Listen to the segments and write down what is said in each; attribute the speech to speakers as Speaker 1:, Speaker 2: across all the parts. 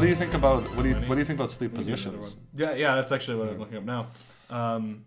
Speaker 1: do you think about what do you what do you think about sleep positions?
Speaker 2: Yeah, yeah, that's actually what I'm looking up now. Um,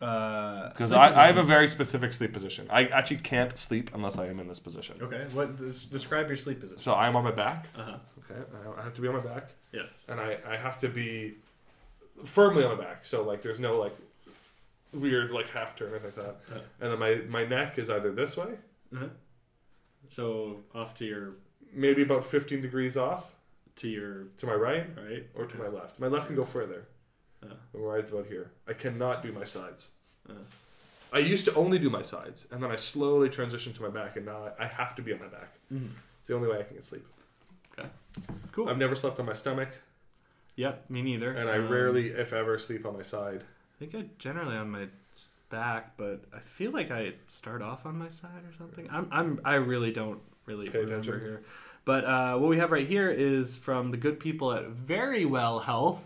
Speaker 2: uh,
Speaker 1: Because
Speaker 2: sleep
Speaker 1: I, I have a
Speaker 2: positions.
Speaker 1: very specific sleep position. I actually can't sleep unless I am in this position.
Speaker 2: okay. What des- describe your sleep position?
Speaker 1: So I'm on my back.
Speaker 2: Uh huh.
Speaker 1: Okay, I- I have to be on my back,
Speaker 2: Yes.
Speaker 1: and I, I have to be firmly on my back. So like, there's no like weird like half turn or anything like that.
Speaker 2: Yeah.
Speaker 1: And then my my neck is either this way,
Speaker 2: Uh-huh. So off to your
Speaker 1: maybe about 15 degrees off
Speaker 2: to your
Speaker 1: to my right
Speaker 2: right
Speaker 1: or to my left. My left can go further.
Speaker 2: Yeah.
Speaker 1: My right's about here. I cannot do my sides.
Speaker 2: Yeah.
Speaker 1: I used to only do my sides, and then I slowly transitioned to my back, and now I I have to be on my back.
Speaker 2: Mhm.
Speaker 1: It's the only way I can get sleep.
Speaker 2: Cool.
Speaker 1: I've never slept on my stomach,
Speaker 2: yep. Me neither.
Speaker 1: and I
Speaker 2: Um,
Speaker 1: rarely, if ever, sleep on my side.
Speaker 2: I think I generally on my s- back, but I feel like I start off on my side or something. I'm, I'm I really don't really
Speaker 1: Pay
Speaker 2: remember
Speaker 1: attention.
Speaker 2: here. But uh, what we have right here is from the good people at Very Well Health.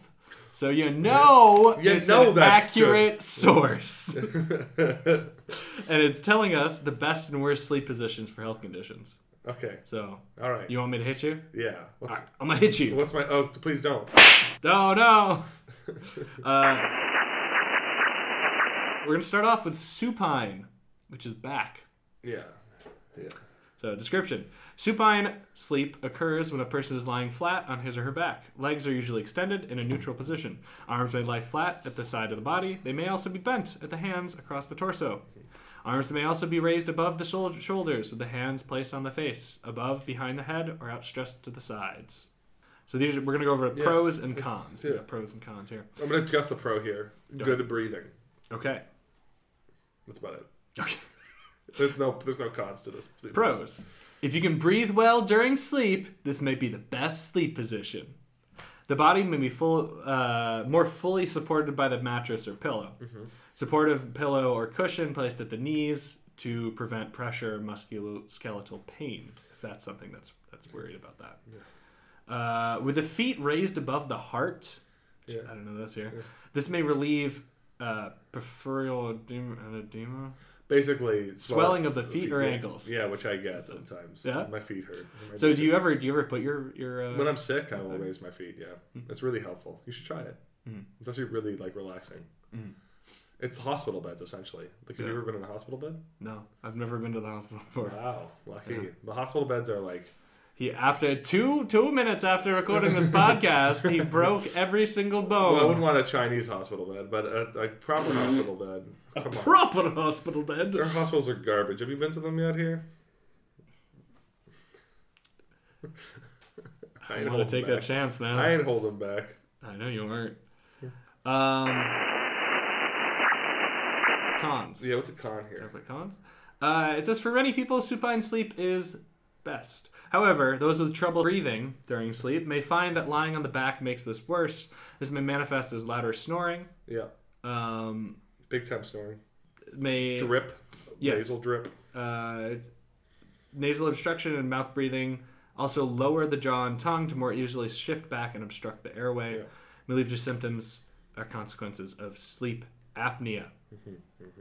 Speaker 2: So you know
Speaker 1: You
Speaker 2: it's
Speaker 1: know
Speaker 2: an
Speaker 1: that's
Speaker 2: accurate source,
Speaker 1: okay,
Speaker 2: and it's telling us the best and worst sleep positions for health conditions. So
Speaker 1: all right.
Speaker 2: you want me to hit you?
Speaker 1: yeah. What's,
Speaker 2: All right, I'm gonna hit you.
Speaker 1: what's my? Oh, please don't.
Speaker 2: No, no. Uh, we're gonna start off with supine, which is back.
Speaker 1: Yeah. Yeah.
Speaker 2: So, description Supine sleep occurs when a person is lying flat on his or her back. Legs are usually extended in a neutral position. Arms may lie flat at the side of the body. They may also be bent at the hands across the torso. Arms may also be raised above the shoul- shoulders with the hands placed on the face, above, behind the head, or outstretched to the sides. So these are, we're going to go over
Speaker 1: Yeah.
Speaker 2: pros and cons. We
Speaker 1: Yeah.
Speaker 2: got pros and cons here.
Speaker 1: I'm gonna guess the pro here. Good breathing.
Speaker 2: Okay.
Speaker 1: That's about it.
Speaker 2: Okay.
Speaker 1: There's no there's no cons to this. sleep position.
Speaker 2: Pros. If you can breathe well during sleep, this may be the best sleep position. The body may be full, uh, more fully supported by the mattress or pillow.
Speaker 1: Mm-hmm.
Speaker 2: Supportive pillow or cushion placed at the knees to prevent pressure or musculoskeletal pain. If that's something that's that's worried about that. Uh, with the feet raised above the heart,
Speaker 1: Yeah.
Speaker 2: I don't know this here. This may relieve uh, peripheral edema. edema?
Speaker 1: Basically, swell-
Speaker 2: Swelling of the feet or
Speaker 1: yeah.
Speaker 2: ankles.
Speaker 1: Yeah, which I get sometimes.
Speaker 2: Yeah.
Speaker 1: my feet hurt. My
Speaker 2: So
Speaker 1: knees
Speaker 2: do you ever do you ever put your your uh,
Speaker 1: When I'm sick, I will raise my feet. Yeah,
Speaker 2: Hmm.
Speaker 1: it's really helpful. You should try it. It's actually really like relaxing. It's hospital beds essentially. Like, have you
Speaker 2: Hmm. Yeah.
Speaker 1: ever been in a hospital bed?
Speaker 2: No, I've never been to the hospital before.
Speaker 1: Wow, lucky. The hospital beds are like
Speaker 2: He after two two minutes after recording this podcast, he broke every single
Speaker 1: well, I
Speaker 2: bone.
Speaker 1: wouldn't want a Chinese hospital bed, but a, a
Speaker 2: Mm-hmm.
Speaker 1: proper hospital bed. Come on.
Speaker 2: Proper hospital bed.
Speaker 1: Their hospitals are garbage. Have you been to them yet here? I
Speaker 2: I
Speaker 1: ain't
Speaker 2: want
Speaker 1: holding
Speaker 2: to take
Speaker 1: back.
Speaker 2: that chance, man.
Speaker 1: I ain't holding back.
Speaker 2: I know you aren't. Um, cons.
Speaker 1: Yeah, what's a con here?
Speaker 2: Definitely cons. Uh, it says for many people, supine sleep is best. However, those with trouble breathing during sleep may find that lying on the back makes this worse. This may manifest as louder snoring.
Speaker 1: Yeah,
Speaker 2: Um,
Speaker 1: big time snoring.
Speaker 2: may
Speaker 1: Drip.
Speaker 2: Yes.
Speaker 1: Nasal drip.
Speaker 2: uh, nasal obstruction and mouth breathing also lower the jaw and tongue to more easily shift back and obstruct the airway.
Speaker 1: Yeah.
Speaker 2: May lead to symptoms or consequences of sleep apnea.
Speaker 1: Mm-hmm,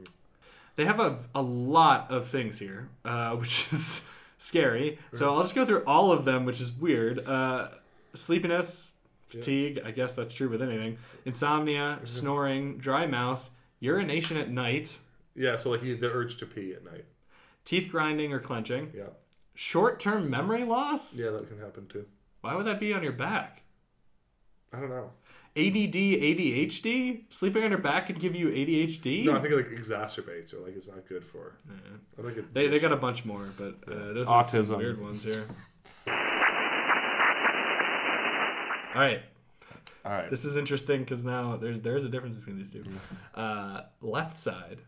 Speaker 2: They have a, a lot of things here, uh, which is scary. So I'll just go through all of them, which is weird. Uh, sleepiness, fatigue, I guess that's true with anything, insomnia, snoring, dry mouth, urination at night,
Speaker 1: Yeah, so like you, the urge to pee at night.
Speaker 2: teeth grinding or clenching.
Speaker 1: Yeah,
Speaker 2: Short-term memory loss?
Speaker 1: yeah, that can happen too.
Speaker 2: Why would that be on your back?
Speaker 1: I don't know.
Speaker 2: ADD, ADHD? Sleeping on your back could give you ADHD?
Speaker 1: No, I think it like exacerbates or like it's not good for. I think it,
Speaker 2: Eh, they, they got a bunch more, but uh, those are some
Speaker 1: Autism.
Speaker 2: weird ones here. All right,
Speaker 1: all right.
Speaker 2: this is interesting because now there's there's a difference between these two. Uh, left side.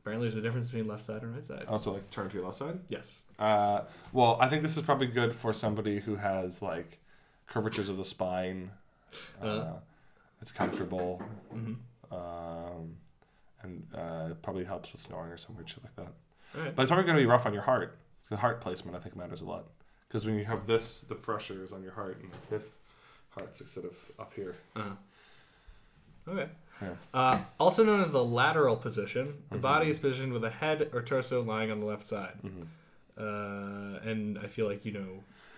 Speaker 2: Apparently, there's a difference between left side and right side.
Speaker 1: Also, like turn to your left side.
Speaker 2: Yes.
Speaker 1: Uh, well, I think this is probably good for somebody who has like curvatures of the spine. Uh,
Speaker 2: Uh.
Speaker 1: it's comfortable.
Speaker 2: Mm-hmm.
Speaker 1: Um, and uh, it probably helps with snoring or some weird shit like that.
Speaker 2: All right.
Speaker 1: But it's probably going to be rough on your heart. The heart placement, I think, matters a lot. Because when you have this, the pressure is on your heart, and if this heart's sort of up here.
Speaker 2: Uh-huh. Okay.
Speaker 1: Yeah. Mm-hmm.
Speaker 2: Uh, also known as the lateral position, the body is positioned
Speaker 1: Mm-hmm.
Speaker 2: with a head or torso lying on the left side. Uh, and I feel like you know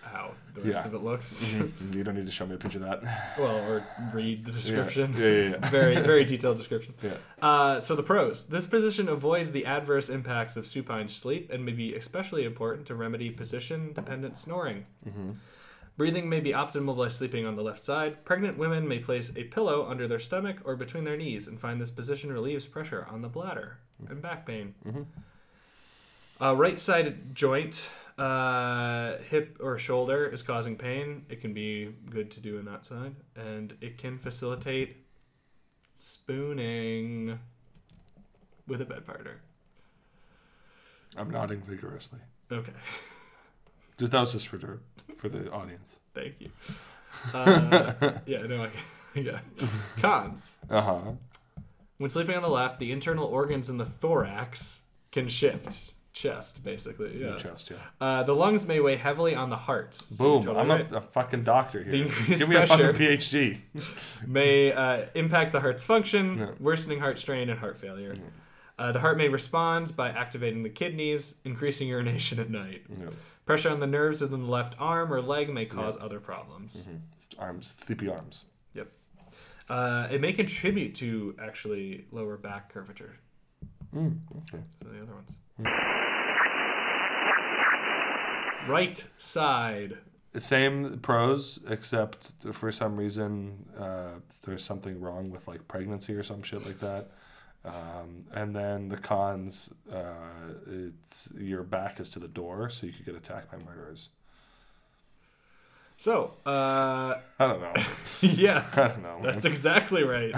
Speaker 2: how the rest
Speaker 1: Yeah.
Speaker 2: of it looks.
Speaker 1: Mhm. you don't need to show me a picture of that.
Speaker 2: well, or read the description.
Speaker 1: Yeah, yeah, yeah.
Speaker 2: very, very detailed description.
Speaker 1: Yeah.
Speaker 2: Uh, so the pros: this position avoids the adverse impacts of supine sleep and may be especially important to remedy position-dependent snoring. Breathing may be optimal by sleeping on the left side. Pregnant women may place a pillow under their stomach or between their knees and find this position relieves pressure on the bladder and back pain. Uh, right side joint, uh, hip or shoulder is causing pain. It can be good to do in that side, and it can facilitate spooning with a bed partner.
Speaker 1: I'm nodding vigorously.
Speaker 2: Okay,
Speaker 1: Just that was just for the, for the audience.
Speaker 2: thank you. Uh, yeah, no, I yeah. Cons:
Speaker 1: Uh huh.
Speaker 2: When sleeping on the left, the internal organs in the thorax can shift. Chest, basically. Yeah.
Speaker 1: Chest, yeah.
Speaker 2: Uh, the lungs may weigh heavily on the heart. So you're
Speaker 1: Boom!
Speaker 2: totally
Speaker 1: I'm
Speaker 2: right.
Speaker 1: a, a fucking doctor here.
Speaker 2: The increased
Speaker 1: Give me a
Speaker 2: pressure-
Speaker 1: fucking PhD.
Speaker 2: may uh, impact the heart's function,
Speaker 1: Yeah.
Speaker 2: worsening heart strain and heart failure. Uh, the heart may respond by activating the kidneys, increasing urination at night.
Speaker 1: Yeah.
Speaker 2: Pressure on the nerves within the left arm or leg may cause other problems.
Speaker 1: Mm-hmm. Arms, sleepy arms.
Speaker 2: Yep. Uh, it may contribute to actually lower back curvature.
Speaker 1: Mm, okay.
Speaker 2: So the other ones. Right side.
Speaker 1: Same pros, except for some reason uh, there's something wrong with like pregnancy or some shit like that. Um, and then the cons, uh, it's your back is to the door, so you could get attacked by murderers.
Speaker 2: So, uh,
Speaker 1: I don't know.
Speaker 2: yeah,
Speaker 1: I don't know.
Speaker 2: that's exactly right.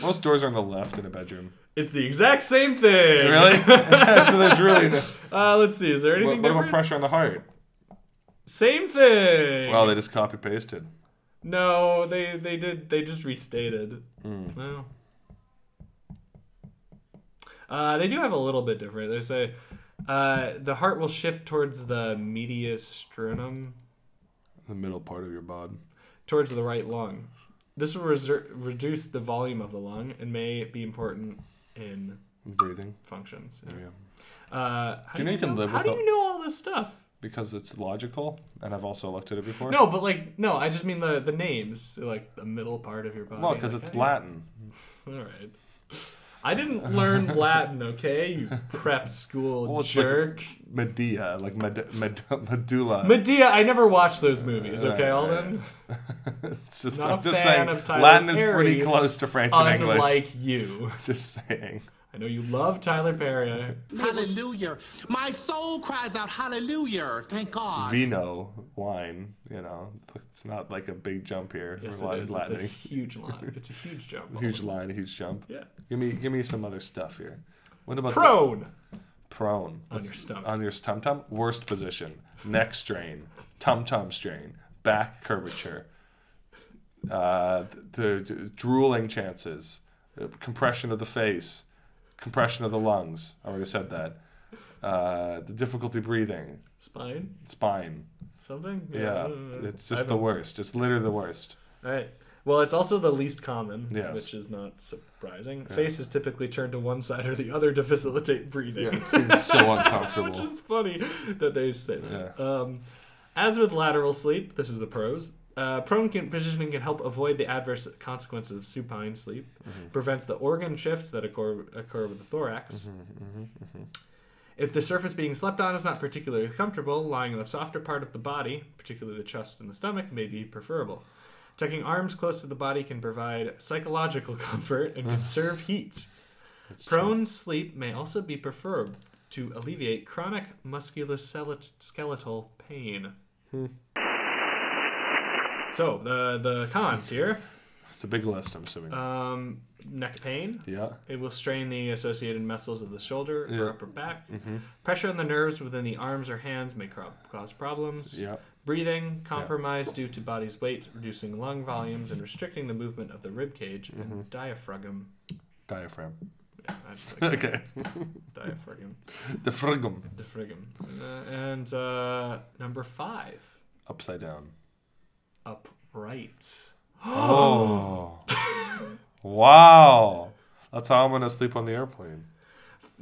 Speaker 1: Most doors are on the left in a bedroom.
Speaker 2: It's the exact same thing.
Speaker 1: Really? so there's really no.
Speaker 2: Uh, let's see. Is there
Speaker 1: What,
Speaker 2: anything
Speaker 1: what about
Speaker 2: different?
Speaker 1: pressure on the heart?
Speaker 2: Same thing.
Speaker 1: Well, they just copy pasted.
Speaker 2: no, they they did. They just restated.
Speaker 1: Hmm.
Speaker 2: No. Uh, they do have a little bit different. They say uh, the heart will shift towards the mediastinum,
Speaker 1: The middle part of your bod.
Speaker 2: towards the right lung. This will reser- reduce the volume of the lung and may be important in
Speaker 1: Breathing.
Speaker 2: functions.
Speaker 1: Yeah.
Speaker 2: Uh, how
Speaker 1: Do you know you can live
Speaker 2: How do
Speaker 1: without-
Speaker 2: you know all this stuff?
Speaker 1: Because it's logical, and I've also looked at it before.
Speaker 2: No, but like no, I just mean the the names, like the middle part of your body.
Speaker 1: Well, because
Speaker 2: like,
Speaker 1: it's
Speaker 2: hey.
Speaker 1: Latin.
Speaker 2: All right. I didn't learn Latin, okay? You prep school
Speaker 1: Well, it's like-
Speaker 2: jerk.
Speaker 1: Medea, like med- med- medulla.
Speaker 2: Medea, I never watched those movies,
Speaker 1: Uh,
Speaker 2: okay,
Speaker 1: right,
Speaker 2: Alden?
Speaker 1: it's just,
Speaker 2: not
Speaker 1: I'm
Speaker 2: a
Speaker 1: just
Speaker 2: fan
Speaker 1: saying,
Speaker 2: of Tyler
Speaker 1: Latin is pretty
Speaker 2: Perry,
Speaker 1: close to French and English.
Speaker 2: Unlike you.
Speaker 1: Just saying.
Speaker 2: I know you love Tyler Perry.
Speaker 3: Hallelujah. My soul cries out, Hallelujah. Thank God.
Speaker 1: Vino, wine, you know, it's not like a big jump here.
Speaker 2: Yes,
Speaker 1: for
Speaker 2: it is.
Speaker 1: Latin,
Speaker 2: It's a
Speaker 1: Latin.
Speaker 2: huge line. It's a huge jump.
Speaker 1: Huge line, huge jump.
Speaker 2: Yeah.
Speaker 1: Give me, give me some other stuff here. What about the-
Speaker 2: Prone.
Speaker 1: prone
Speaker 2: On your stomach.
Speaker 1: on your tum tum worst position neck strain tum tum strain back curvature uh, the, drooling chances uh, compression of the face compression of the lungs I already said that uh, the difficulty breathing
Speaker 2: Spine?
Speaker 1: spine
Speaker 2: Something?
Speaker 1: yeah,
Speaker 2: I don't know.
Speaker 1: it's just the worst it's literally the worst
Speaker 2: All right. Well, it's also the least common,
Speaker 1: Yes.
Speaker 2: which is not surprising. Face is typically turned to one side or the other to facilitate breathing.
Speaker 1: yeah, it seems so
Speaker 2: Which
Speaker 1: uncomfortable
Speaker 2: is funny that they say that. Um, as with lateral sleep, this is the pros. Uh, prone can, positioning can help avoid the adverse consequences of supine sleep, prevents the organ shifts that occur, occur with the thorax. If the surface being slept on is not particularly comfortable, lying on the softer part of the body, particularly the chest and the stomach, may be preferable. Tucking arms close to the body can provide psychological comfort and conserve heat. Prone sleep may also be preferred to alleviate chronic musculoskeletal pain.
Speaker 1: Hmm.
Speaker 2: So the the cons here:
Speaker 1: it's a big list I'm assuming
Speaker 2: um, neck pain.
Speaker 1: yeah
Speaker 2: It will strain the associated muscles of the shoulder
Speaker 1: Yeah. Mm-hmm.
Speaker 2: or upper back. Pressure on the nerves within the arms or hands may cro- cause problems.
Speaker 1: yeah
Speaker 2: Breathing compromise due to body's weight, reducing lung volumes and restricting the movement of the rib cage
Speaker 1: Mm-hmm.
Speaker 2: and diaphragm.
Speaker 1: diaphragm
Speaker 2: I just like
Speaker 1: okay
Speaker 2: diaphragm.
Speaker 1: the frigum
Speaker 2: The friggum. Uh, and uh, number five,
Speaker 1: upside down
Speaker 2: upright.
Speaker 1: Oh. wow. That's how I'm going to sleep on the airplane.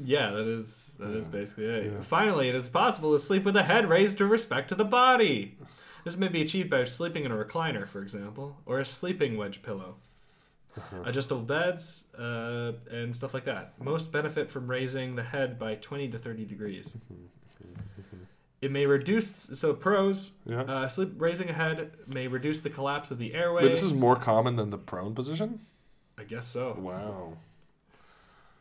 Speaker 2: Yeah, that is that is basically it. Finally, it is possible to sleep with the head raised to respect to the body. This may be achieved by sleeping in a recliner, for example, or a sleeping wedge pillow,
Speaker 1: Uh-huh.
Speaker 2: adjustable beds, uh, and stuff like that.
Speaker 1: Mm-hmm.
Speaker 2: Most benefit from raising the head by 20 to 30 degrees. It may reduce so pros.
Speaker 1: Mm-hmm. Yeah.
Speaker 2: Uh, sleep raising a head may reduce the collapse of the airway.
Speaker 1: But this is more common than the prone position?
Speaker 2: I guess so.
Speaker 1: Wow.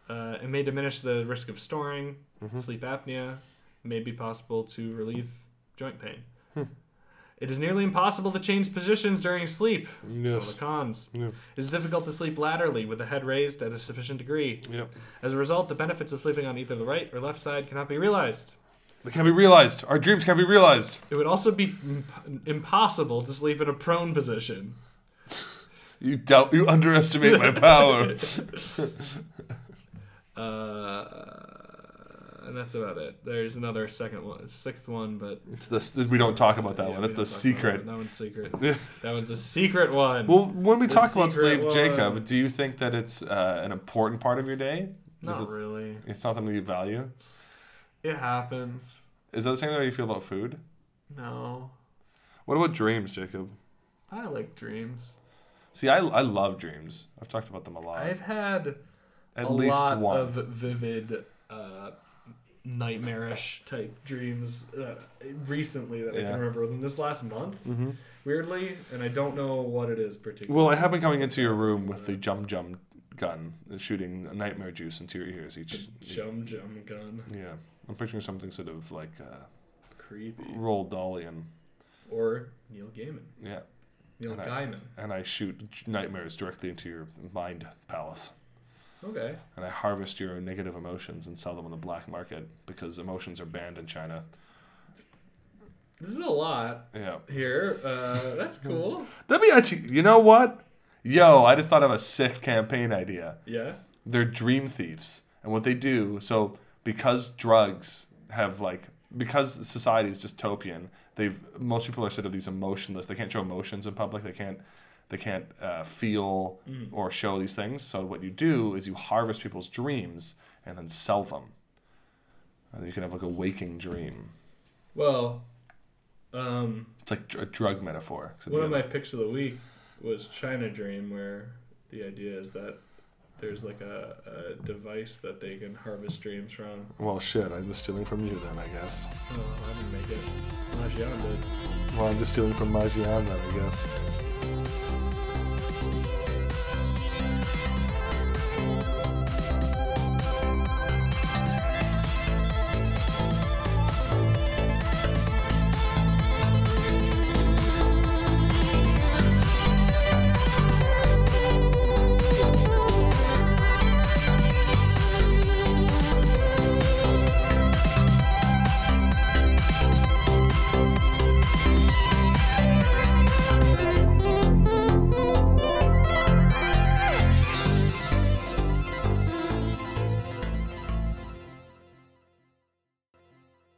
Speaker 2: Uh, it may diminish the risk of snoring,
Speaker 1: Mm-hmm.
Speaker 2: sleep apnea, may be possible to relieve joint pain.
Speaker 1: Hmm.
Speaker 2: It is nearly impossible to change positions during sleep.
Speaker 1: Yes.
Speaker 2: All the cons.
Speaker 1: Yeah.
Speaker 2: It is difficult to sleep laterally with the head raised at a sufficient degree.
Speaker 1: Yep.
Speaker 2: As a result, the benefits of sleeping on either the right or left side cannot be realized.
Speaker 1: They can't be realized. Our dreams can't be realized.
Speaker 2: It would also be imp- impossible to sleep in a prone position.
Speaker 1: You doubt you underestimate my power.
Speaker 2: Uh, and that's about it. There's another second one, sixth one, but
Speaker 1: It's the, we don't talk about Oh, that
Speaker 2: Yeah,
Speaker 1: one.
Speaker 2: we
Speaker 1: It's the
Speaker 2: don't talk about
Speaker 1: secret.
Speaker 2: That, that one's secret. that one's a secret one.
Speaker 1: Well, when we talk
Speaker 2: secret
Speaker 1: about sleep,
Speaker 2: one.
Speaker 1: Jacob, do you think that it's uh, an important part of your day?
Speaker 2: Not
Speaker 1: Is it-
Speaker 2: really.
Speaker 1: It's not something you value.
Speaker 2: It happens.
Speaker 1: Is that the same way you feel about food?
Speaker 2: No.
Speaker 1: What about dreams, Jacob?
Speaker 2: I like dreams.
Speaker 1: See, I, I love dreams. I've talked about them a lot.
Speaker 2: I've had
Speaker 1: At
Speaker 2: a
Speaker 1: least
Speaker 2: lot
Speaker 1: one.
Speaker 2: of vivid, uh, nightmarish type dreams uh, recently that I
Speaker 1: Yeah. Mm-hmm.
Speaker 2: can remember within this last month. Weirdly, and I don't know what it is particularly.
Speaker 1: well, I have been coming into your room with the jum jum gun, and shooting nightmare juice into your ears each.
Speaker 2: Jum Jum Gun.
Speaker 1: Yeah, I'm picturing something sort of like uh,
Speaker 2: Creepy.
Speaker 1: roll dolly and
Speaker 2: Or Neil Gaiman.
Speaker 1: yeah,
Speaker 2: Neil
Speaker 1: And I-
Speaker 2: Gaiman.
Speaker 1: and I shoot j- nightmares directly into your mind palace.
Speaker 2: Okay.
Speaker 1: and I harvest your negative emotions and sell them on the black market because emotions are banned in China.
Speaker 2: This is a lot.
Speaker 1: Yeah.
Speaker 2: here. Uh, that's cool.
Speaker 1: That'd be actually, you know what? Yo, I just thought of a sick campaign idea.
Speaker 2: Yeah.
Speaker 1: They're dream thieves. And what they do, so because drugs have like, because society is dystopian, they've, most people are sort of these emotionless, they can't show emotions in public, they can't, they can't uh, feel or show these things. So what you do is you harvest people's dreams and then sell them. And you can have like a waking dream.
Speaker 2: Well, um,
Speaker 1: It's like dr- a drug metaphor. Except
Speaker 2: one of
Speaker 1: you know-
Speaker 2: my picks of the week was China Dream, where the idea is that there's like a, a device that they can harvest dreams from.
Speaker 1: well, shit, I'm just stealing from you then, I guess.
Speaker 2: Oh, I didn't make it. Unless you did.
Speaker 1: Well, I'm just stealing from Majian then, I guess.